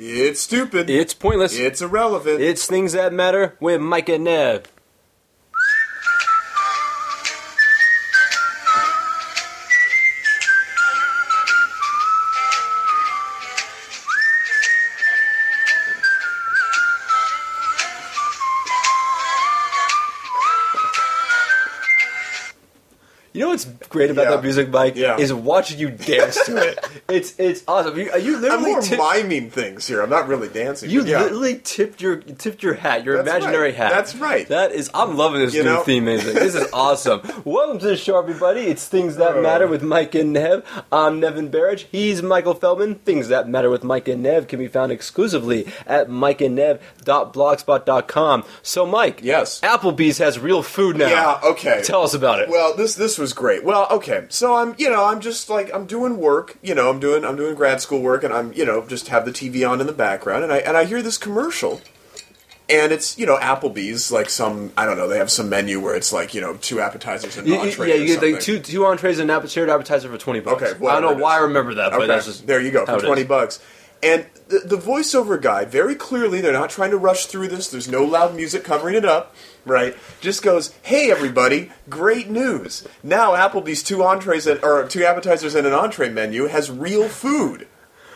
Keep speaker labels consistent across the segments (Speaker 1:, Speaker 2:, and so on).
Speaker 1: It's stupid.
Speaker 2: It's pointless.
Speaker 1: It's irrelevant.
Speaker 2: It's things that matter with Mike and Nev. You know what's great about
Speaker 1: Yeah.
Speaker 2: that music, Mike?
Speaker 1: Yeah.
Speaker 2: Is watching you dance to it. It's it's awesome. You, you
Speaker 1: I'm
Speaker 2: literally
Speaker 1: more
Speaker 2: tip-
Speaker 1: miming things here. I'm not really dancing.
Speaker 2: you
Speaker 1: but yeah.
Speaker 2: literally tipped your tipped your hat, your
Speaker 1: That's
Speaker 2: imaginary
Speaker 1: right.
Speaker 2: hat.
Speaker 1: That's right.
Speaker 2: That is. I'm loving this
Speaker 1: You
Speaker 2: new
Speaker 1: know?
Speaker 2: theme music. This is awesome. Welcome to the show, everybody. It's things that
Speaker 1: Oh.
Speaker 2: matter with Mike and Nev. I'm Nevin Barrage. He's Michael Feldman. Things that matter with Mike and Nev can be found exclusively at mikeandnev.blogspot.com. So, Mike.
Speaker 1: Yes.
Speaker 2: Applebee's has real food now.
Speaker 1: Yeah, okay.
Speaker 2: Tell us about it.
Speaker 1: Well, this this was great. Well, okay. So I'm, you know, I'm just like I'm doing work, you know, I'm doing I'm doing grad school work and I'm, you know, just have the TV on in the background and I and I hear this commercial. And it's, you know, Applebee's like some I don't know, they have some menu where it's like, you know, two appetizers and an
Speaker 2: You- you-
Speaker 1: entree
Speaker 2: yeah,
Speaker 1: or
Speaker 2: you get like
Speaker 1: something.
Speaker 2: two two entrees and an app- shared appetizer for twenty bucks.
Speaker 1: Okay,
Speaker 2: I
Speaker 1: whatever
Speaker 2: don't
Speaker 1: it
Speaker 2: know why I
Speaker 1: is.
Speaker 2: remember that, but
Speaker 1: Okay,
Speaker 2: that's just
Speaker 1: there you go
Speaker 2: how
Speaker 1: for
Speaker 2: it is.
Speaker 1: twenty bucks. And the, the voiceover guy, very clearly, they're not trying to rush through this. There's no loud music covering it up, right? Just goes, "Hey everybody, great news! Now Applebee's two entrees and, or two appetizers and an entree menu has real food."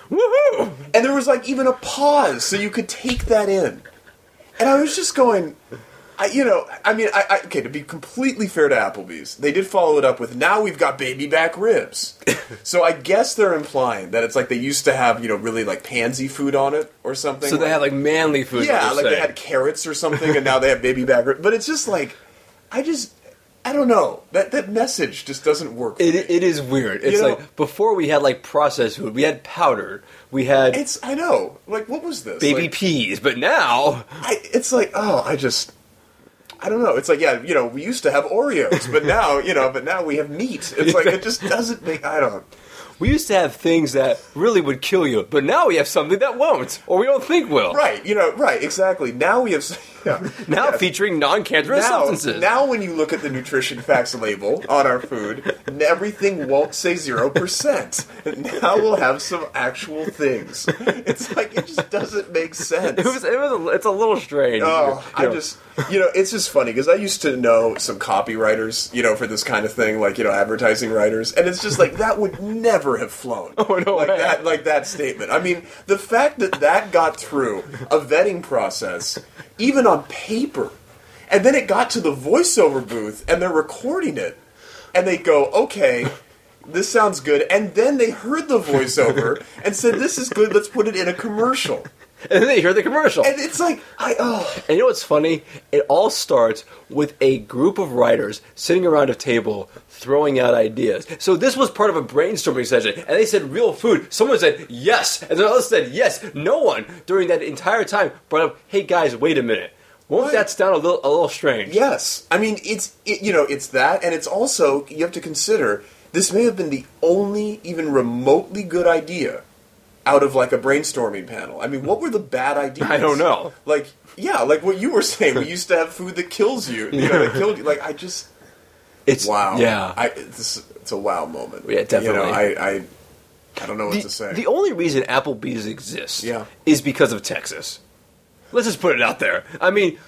Speaker 2: Woohoo!
Speaker 1: And there was like even a pause so you could take that in. And I was just going, I, you know, I mean, I, I, okay, to be completely fair to Applebee's, they did follow it up with now we've got baby back ribs. so I guess they're implying that it's like they used to have, you know, really like pansy food on it or something.
Speaker 2: So they had like manly food.
Speaker 1: yeah,
Speaker 2: you
Speaker 1: like they
Speaker 2: say.
Speaker 1: had carrots or something, and now they have baby back ribs. But it's just like, I just, I don't know. That, that message just doesn't work. for
Speaker 2: It,
Speaker 1: me.
Speaker 2: it is weird. It's
Speaker 1: know-
Speaker 2: like before we had like processed food. We had powder. We had
Speaker 1: it's, I know. Like, what was this?
Speaker 2: baby
Speaker 1: Like-
Speaker 2: peas. But now,
Speaker 1: I, it's like, oh, I just, I don't know. It's like, yeah, you know, we used to have Oreos, but now, you know, but now we have meat. It's like it just doesn't make. I don't.
Speaker 2: we used to have things that really would kill you. But now we have something that won't, or we don't think will.
Speaker 1: Right, you know, right, exactly. Now we have. s- Yeah,
Speaker 2: Now
Speaker 1: yeah.
Speaker 2: featuring non-cancerous substances.
Speaker 1: now, when you look at the nutrition facts label on our food, everything won't say zero percent. Now we'll have some actual things. It's like it just doesn't make sense.
Speaker 2: it was. It was. A, it's a little strange.
Speaker 1: Oh,
Speaker 2: You
Speaker 1: I
Speaker 2: know.
Speaker 1: just, you know, it's just funny because I used to know some copywriters, you know, for this kind of thing, like you know, advertising writers, and it's just like that would never have flown. Oh
Speaker 2: no
Speaker 1: like
Speaker 2: way.
Speaker 1: that, like that statement. I mean, the fact that that got through a vetting process, even on paper, and then it got to the voiceover booth and they're recording it, and they go, okay. This sounds good, and then they heard the voiceover and said, "This is good. Let's put it in a commercial."
Speaker 2: and then you hear the commercial.
Speaker 1: And it's like, I oh,
Speaker 2: And you know what's funny? It all starts with a group of writers sitting around a table throwing out ideas. So this was part of a brainstorming session, and they said real food. Someone said yes, and the other said yes. No one during that entire time brought up, "Hey guys, wait a minute. Won't
Speaker 1: What?
Speaker 2: that sound a little a little strange?"
Speaker 1: Yes, I mean it's it, you know it's that, and it's also you have to consider this may have been the only even remotely good idea out of like a brainstorming panel. I mean, what were the bad ideas?
Speaker 2: I don't know.
Speaker 1: Like yeah, like what you were saying, we used to have food that kills you, you know, that killed you. Like I just
Speaker 2: It's
Speaker 1: wow,
Speaker 2: Yeah.
Speaker 1: I, it's, it's a wow moment.
Speaker 2: Yeah, definitely.
Speaker 1: You know, I I, I don't know what
Speaker 2: the,
Speaker 1: to say.
Speaker 2: the only reason Applebee's exists
Speaker 1: Yeah.
Speaker 2: is because of Texas. Let's just put it out there. I mean,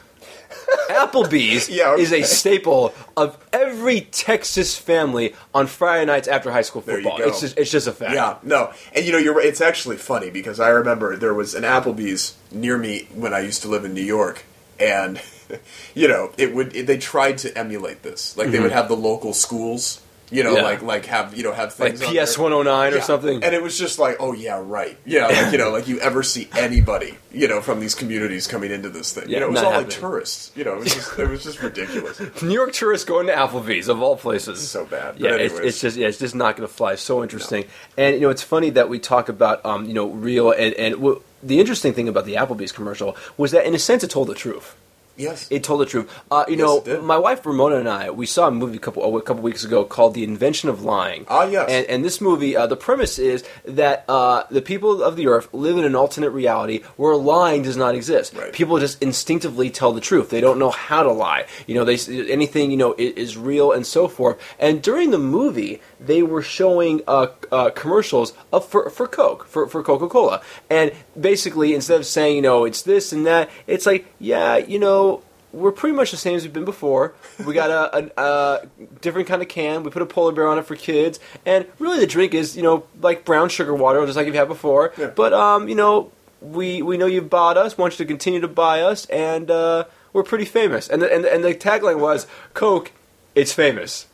Speaker 2: Applebee's
Speaker 1: Yeah, okay.
Speaker 2: is a staple of every Texas family on Friday nights after high school
Speaker 1: There you
Speaker 2: football.
Speaker 1: go.
Speaker 2: It's just it's just a fact.
Speaker 1: Yeah, no, and you know you're. right. It's actually funny because I remember there was an Applebee's near me when I used to live in New York, and you know it would. It, they tried to emulate this, like they would have the local schools, you know,
Speaker 2: Mm-hmm. Yeah.
Speaker 1: like like have you know have
Speaker 2: Like
Speaker 1: things on there.
Speaker 2: PS one oh nine or
Speaker 1: Yeah.
Speaker 2: something.
Speaker 1: and it was just like, oh yeah, right, yeah, like you know, like you ever see anybody, you know, from these communities coming into this thing,
Speaker 2: Yeah,
Speaker 1: you know, it was
Speaker 2: not
Speaker 1: all like
Speaker 2: happening.
Speaker 1: tourists, you know, it was just, it was just ridiculous.
Speaker 2: New York tourists going to Applebee's of all places.
Speaker 1: So bad. But
Speaker 2: Yeah, it's,
Speaker 1: anyways.
Speaker 2: it's just yeah, it's just not going to fly. So interesting. And you know, it's funny that we talk about um, you know, real and and w- the interesting thing about the Applebee's commercial was that in a sense it told the truth.
Speaker 1: Yes,
Speaker 2: It told the truth. Uh, you
Speaker 1: Yes,
Speaker 2: know,
Speaker 1: it did.
Speaker 2: my wife Ramona and I we saw a movie a couple a couple weeks ago called "The Invention of Lying."
Speaker 1: Ah, yes.
Speaker 2: And, and this movie, uh, the premise is that uh, the people of the earth live in an alternate reality where lying does not exist.
Speaker 1: Right.
Speaker 2: People just instinctively tell the truth. They don't know how to lie. You know, they anything you know is, is real and so forth. And during the movie, they were showing uh, uh, commercials of, for, for Coke, for, for Coca Cola. And basically, instead of saying, you know, it's this and that, it's like, yeah, you know, we're pretty much the same as we've been before. We got a, a, a different kind of can. We put a polar bear on it for kids, and really the drink is you know like brown sugar water, just like you've had before.
Speaker 1: Yeah.
Speaker 2: But um, you know we we know you've bought us, want you to continue to buy us, and uh, we're pretty famous. And the, and the- and the tagline was Coke, it's famous.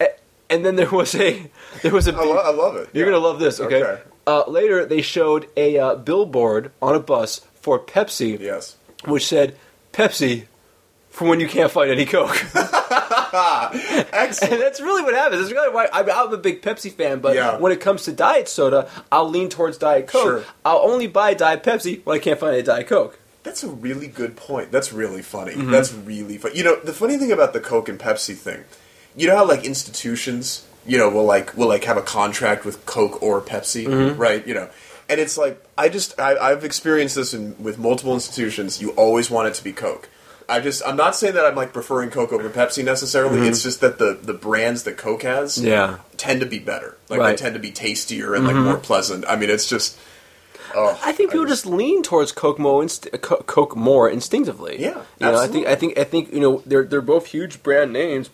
Speaker 2: A- And then there was a there was a
Speaker 1: I, lo- I love it.
Speaker 2: you're
Speaker 1: Yeah.
Speaker 2: gonna love this, okay?
Speaker 1: Okay.
Speaker 2: Uh, later, they showed a uh, billboard on a bus for Pepsi
Speaker 1: Yes.
Speaker 2: which said Pepsi for when you can't find any Coke.
Speaker 1: Excellent.
Speaker 2: and that's really what happens. That's really why I'm, I'm a big Pepsi fan, but
Speaker 1: Yeah.
Speaker 2: when it comes to diet soda, I'll lean towards Diet Coke.
Speaker 1: Sure.
Speaker 2: I'll only buy Diet Pepsi when I can't find a Diet Coke.
Speaker 1: That's a really good point. That's really funny.
Speaker 2: Mm-hmm.
Speaker 1: That's really funny. You know, the funny thing about the Coke and Pepsi thing, you know how like institutions, you know, will like will like have a contract with Coke or Pepsi,
Speaker 2: Mm-hmm.
Speaker 1: right? You know, and it's like I just I, I've experienced this in, with multiple institutions. You always want it to be Coke. I just I'm not saying that I'm like preferring Coke over Pepsi necessarily. It's just that the the brands that Coke has,
Speaker 2: Mm-hmm. Yeah.
Speaker 1: tend to be better. Like
Speaker 2: Right. Mm-hmm.
Speaker 1: they tend to be tastier and like more pleasant. I mean, it's just. Oh,
Speaker 2: I think people just lean towards Coke more, inst- Co- Coke more instinctively.
Speaker 1: Yeah,
Speaker 2: you know, I think I think I think you know they're they're both huge brand names,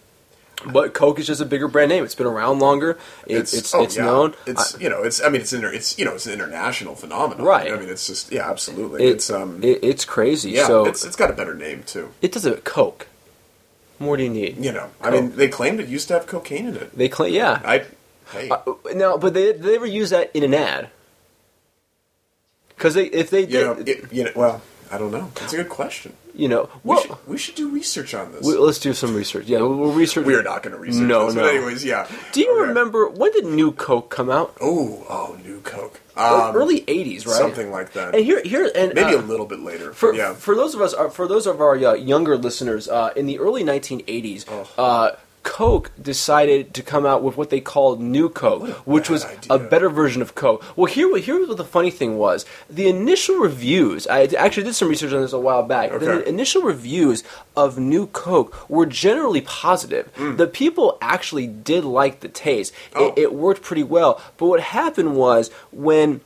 Speaker 2: but Coke is just a bigger brand name. It's been around longer. It, it's it's,
Speaker 1: oh, yeah.
Speaker 2: known.
Speaker 1: It's you know, it's I mean, it's inter, it's you know, it's an international phenomenon,
Speaker 2: Right.
Speaker 1: I mean, it's just yeah, absolutely.
Speaker 2: It-
Speaker 1: it's um,
Speaker 2: it- it's crazy.
Speaker 1: yeah,
Speaker 2: so
Speaker 1: it's it's got a better name too.
Speaker 2: It does a Coke. More do you need?
Speaker 1: You know, I mean, they claimed it used to have cocaine in it.
Speaker 2: They claim, yeah.
Speaker 1: I hey,
Speaker 2: Uh, now, but they they never use that in an ad. Because they, if they did,
Speaker 1: you know, it, you know, well, I don't know. It's a good question.
Speaker 2: you know,
Speaker 1: We
Speaker 2: well,
Speaker 1: should, we should do research on this.
Speaker 2: we-
Speaker 1: We,
Speaker 2: let's do some research. Yeah, we'll, we'll research.
Speaker 1: are not going to research.
Speaker 2: No,
Speaker 1: this,
Speaker 2: no.
Speaker 1: But anyways, Oh, yeah.
Speaker 2: Do you
Speaker 1: Okay.
Speaker 2: remember when did New Coke come out?
Speaker 1: Oh, oh, new Coke.
Speaker 2: Ear-
Speaker 1: Um,
Speaker 2: Early '80s, right?
Speaker 1: something like that.
Speaker 2: And here, here, and
Speaker 1: Maybe
Speaker 2: uh,
Speaker 1: a little bit later.
Speaker 2: For,
Speaker 1: yeah.
Speaker 2: for those of us, uh, for those of our uh, younger listeners, uh, in the early 1980s,
Speaker 1: Oh.
Speaker 2: uh, Coke decided to come out with what they called New Coke, which
Speaker 1: bad
Speaker 2: was a
Speaker 1: idea.
Speaker 2: better version of Coke. Well, here, here was what the funny thing was: the initial reviews. I d- actually did some research on this a while back. The
Speaker 1: Okay.
Speaker 2: initial reviews of New Coke were generally positive. The people actually did like the taste.
Speaker 1: Mm. Oh.
Speaker 2: It, it worked pretty well. But what happened was when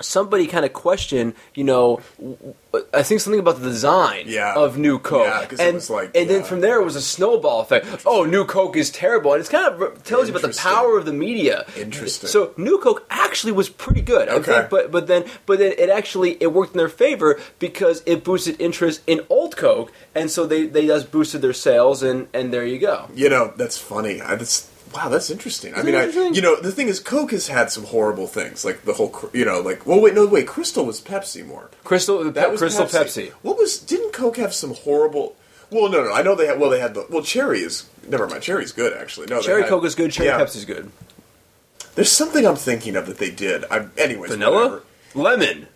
Speaker 2: somebody kind of questioned, you know, w- I think something about the design
Speaker 1: Yeah.
Speaker 2: of New Coke.
Speaker 1: Yeah, 'cause it
Speaker 2: and
Speaker 1: was like-
Speaker 2: and then
Speaker 1: yeah.
Speaker 2: from there it was a snowball effect. Oh, New Coke is terrible. And it's kind of r- tells you about the
Speaker 1: Interesting.
Speaker 2: power of the media.
Speaker 1: Interesting.
Speaker 2: So New Coke actually was pretty good. I
Speaker 1: Okay.
Speaker 2: think, but but then but then it actually it worked in their favor because it boosted interest in old Coke and so they they just boosted their sales and and there you go.
Speaker 1: You know, that's funny. I, that's wow, that's interesting. I
Speaker 2: Isn't
Speaker 1: mean,
Speaker 2: that
Speaker 1: I,
Speaker 2: interesting?
Speaker 1: you know, the thing is, Coke has had some horrible things, like the whole, cr- you know, like well, wait, no, wait, Crystal was Pepsi more.
Speaker 2: Crystal the
Speaker 1: That was
Speaker 2: Crystal Pepsi.
Speaker 1: What was? Didn't Coke have some horrible? Well, no, no, I know they had. Well, they had the. Well, cherry is never mind. Cherry's good actually. No, they
Speaker 2: Cherry
Speaker 1: had-
Speaker 2: Coke is good, cherry
Speaker 1: yeah.
Speaker 2: Pepsi is good.
Speaker 1: There's something I'm thinking of that they did. I, anyways,
Speaker 2: Vanilla?
Speaker 1: whatever.
Speaker 2: Lemon.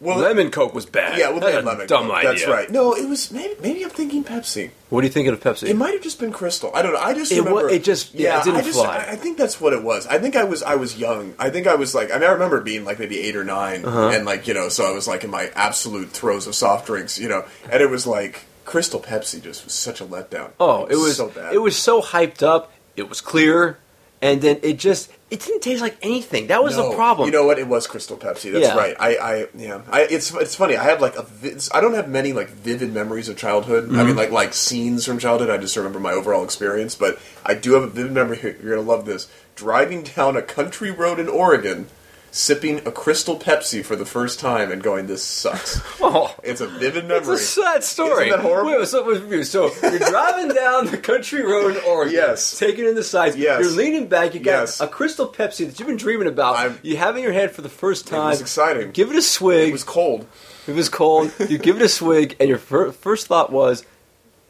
Speaker 1: Well,
Speaker 2: lemon Coke was bad.
Speaker 1: Yeah, well, they
Speaker 2: That's
Speaker 1: had
Speaker 2: a
Speaker 1: lemon.
Speaker 2: Dumb
Speaker 1: Coke.
Speaker 2: idea.
Speaker 1: That's right. No, it was maybe, maybe I'm thinking Pepsi.
Speaker 2: What are you thinking of Pepsi?
Speaker 1: It might have just been crystal. I don't know. I just
Speaker 2: It wa-
Speaker 1: remember
Speaker 2: it just- yeah, it didn't
Speaker 1: I just,
Speaker 2: fly.
Speaker 1: I, I think that's what it was. I think I was I was young. I think I was like I mean I remember being like maybe eight or 9
Speaker 2: Uh-huh.
Speaker 1: and like you know so I was like in my absolute throes of soft drinks you know and it was like crystal Pepsi just was such a letdown.
Speaker 2: oh, it was
Speaker 1: so bad.
Speaker 2: it was so hyped up. It was clear, and then it just it didn't taste like anything. That was
Speaker 1: No.
Speaker 2: the problem.
Speaker 1: You know what? It was Crystal Pepsi. That's
Speaker 2: Yeah.
Speaker 1: right. I, I, yeah. I, it's, it's funny. I have like a, vi- I don't have many like vivid memories of childhood. I
Speaker 2: Mm-hmm.
Speaker 1: mean, like like scenes from childhood. I just remember my overall experience, but I do have a vivid memory. You're gonna love this. Driving down a country road in Oregon, sipping a Crystal Pepsi for the first time, and going, "This sucks."
Speaker 2: Oh.
Speaker 1: it's a vivid
Speaker 2: It's
Speaker 1: memory.
Speaker 2: a sad story.
Speaker 1: Isn't that horrible?
Speaker 2: Wait, so, wait, so you're driving down the country road in Oregon,
Speaker 1: Yes.
Speaker 2: taking in the sights.
Speaker 1: Yes.
Speaker 2: You're leaning back. You got
Speaker 1: Yes.
Speaker 2: a crystal Pepsi that you've been dreaming about.
Speaker 1: I'm-
Speaker 2: you have in your hand for the first time.
Speaker 1: was exciting.
Speaker 2: Give it a swig.
Speaker 1: It was cold.
Speaker 2: It was cold. You give it a swig, and your fir- first thought was,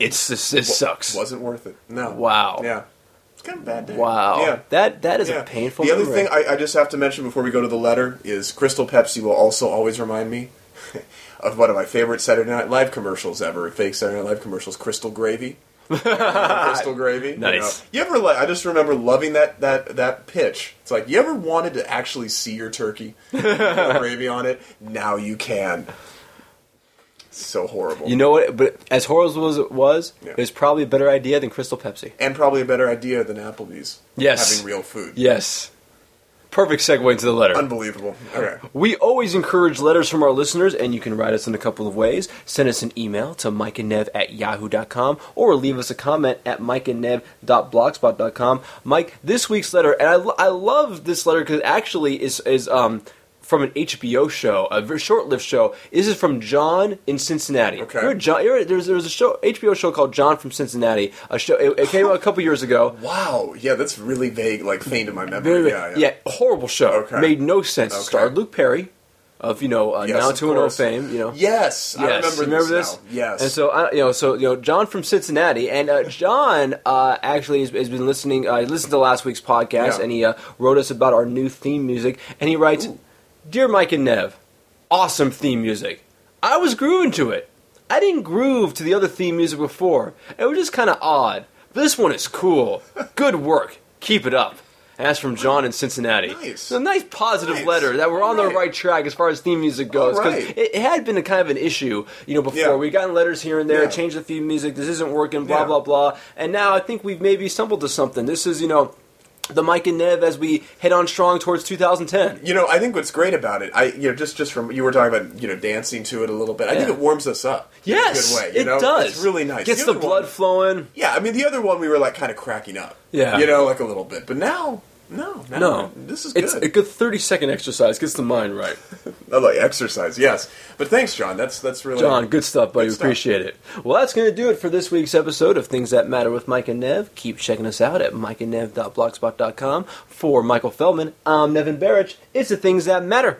Speaker 2: "It's this. This sucks."
Speaker 1: Wasn't worth it. No.
Speaker 2: Wow.
Speaker 1: Yeah. It's kind of a bad day.
Speaker 2: Wow.
Speaker 1: Yeah.
Speaker 2: That that is
Speaker 1: Yeah.
Speaker 2: a painful.
Speaker 1: The other
Speaker 2: memory.
Speaker 1: thing I, I just have to mention before we go to the letter is Crystal Pepsi will also always remind me of one of my favorite Saturday Night Live commercials ever. Fake Saturday Night Live commercials, Crystal Gravy. Crystal Gravy. you
Speaker 2: Nice.
Speaker 1: know. You, ever? Like, I just remember loving that that that pitch. It's like you ever wanted to actually see your turkey with gravy on it. Now you can. So horrible.
Speaker 2: You know what? But as horrible as it was,
Speaker 1: Yeah.
Speaker 2: it was probably a better idea than Crystal Pepsi.
Speaker 1: and probably a better idea than Applebee's.
Speaker 2: Yes.
Speaker 1: Having real food.
Speaker 2: Yes. Perfect segue into the letter.
Speaker 1: Unbelievable. Okay.
Speaker 2: We always encourage letters from our listeners, and you can write us in a couple of ways. Send us an email to mikeandnev at yahoo.com or leave us a comment at mikeandnev.blogspot.com. Mike, this week's letter, and I, lo- I love this letter because it actually is, is um, from an HBO show, a very short lived show. This is from John in Cincinnati.
Speaker 1: Okay.
Speaker 2: Remember John, you remember there's, there's a show HBO show called John from Cincinnati. A show It, it came out a couple years ago.
Speaker 1: Wow. Yeah, that's really vague, like faint in my memory.
Speaker 2: Very,
Speaker 1: yeah, yeah.
Speaker 2: horrible show.
Speaker 1: Okay.
Speaker 2: Made no sense.
Speaker 1: Okay.
Speaker 2: Starred Luke Perry of you know uh,
Speaker 1: Yes,
Speaker 2: now
Speaker 1: of
Speaker 2: two and oh
Speaker 1: course.
Speaker 2: fame. You know.
Speaker 1: Yes, I
Speaker 2: Yes,
Speaker 1: remember,
Speaker 2: you remember
Speaker 1: this.
Speaker 2: this?
Speaker 1: now. Yes.
Speaker 2: And so I, you know, so you know, John from Cincinnati, and uh, John uh, actually has, has been listening. Uh, he listened to last week's podcast,
Speaker 1: Yeah.
Speaker 2: and he uh, wrote us about our new theme music. And he writes, "Dear Mike and Nev, awesome theme music. I was grooving to it. I didn't groove to the other theme music before. It was just kind of odd. But this one is cool. Good work. Keep it up." And that's from John in Cincinnati.
Speaker 1: Nice.
Speaker 2: So nice positive
Speaker 1: Nice.
Speaker 2: letter that we're on the
Speaker 1: Right.
Speaker 2: right track as far as theme music goes. 'cause
Speaker 1: Alright.
Speaker 2: it, it had been a kind of an issue, you know, before.
Speaker 1: Yeah.
Speaker 2: We've gotten letters here and there,
Speaker 1: Yeah.
Speaker 2: change the theme music, this isn't working, blah,
Speaker 1: Yeah.
Speaker 2: blah, blah. And now I think we've maybe stumbled to something. This is, you know, the Mike and Nev as we head on strong towards 2010.
Speaker 1: you know, I think what's great about it, I you know, just just from you were talking about you know dancing to it a little bit. I think
Speaker 2: Yeah.
Speaker 1: it warms us up. in a
Speaker 2: Yes,
Speaker 1: good way, you
Speaker 2: it
Speaker 1: know?
Speaker 2: does.
Speaker 1: It's really nice.
Speaker 2: Gets
Speaker 1: The
Speaker 2: the,
Speaker 1: other
Speaker 2: blood
Speaker 1: one-
Speaker 2: flowing.
Speaker 1: Yeah, I mean the other one we were like kind of cracking up.
Speaker 2: Yeah.
Speaker 1: you know, like a little bit. But now, no, no,
Speaker 2: No,
Speaker 1: this is
Speaker 2: It's
Speaker 1: good.
Speaker 2: a good 30 second exercise. Gets the mind right.
Speaker 1: I like exercise, yes. But thanks, John. That's that's really
Speaker 2: John, good stuff, buddy.
Speaker 1: Good
Speaker 2: We
Speaker 1: stuff.
Speaker 2: Appreciate it. Well, that's going to do it for this week's episode of Things That Matter with Mike and Nev. Keep checking us out at mikeandnev.blogspot.com. For Michael Feldman, I'm Nevin Barrich. It's the Things That Matter.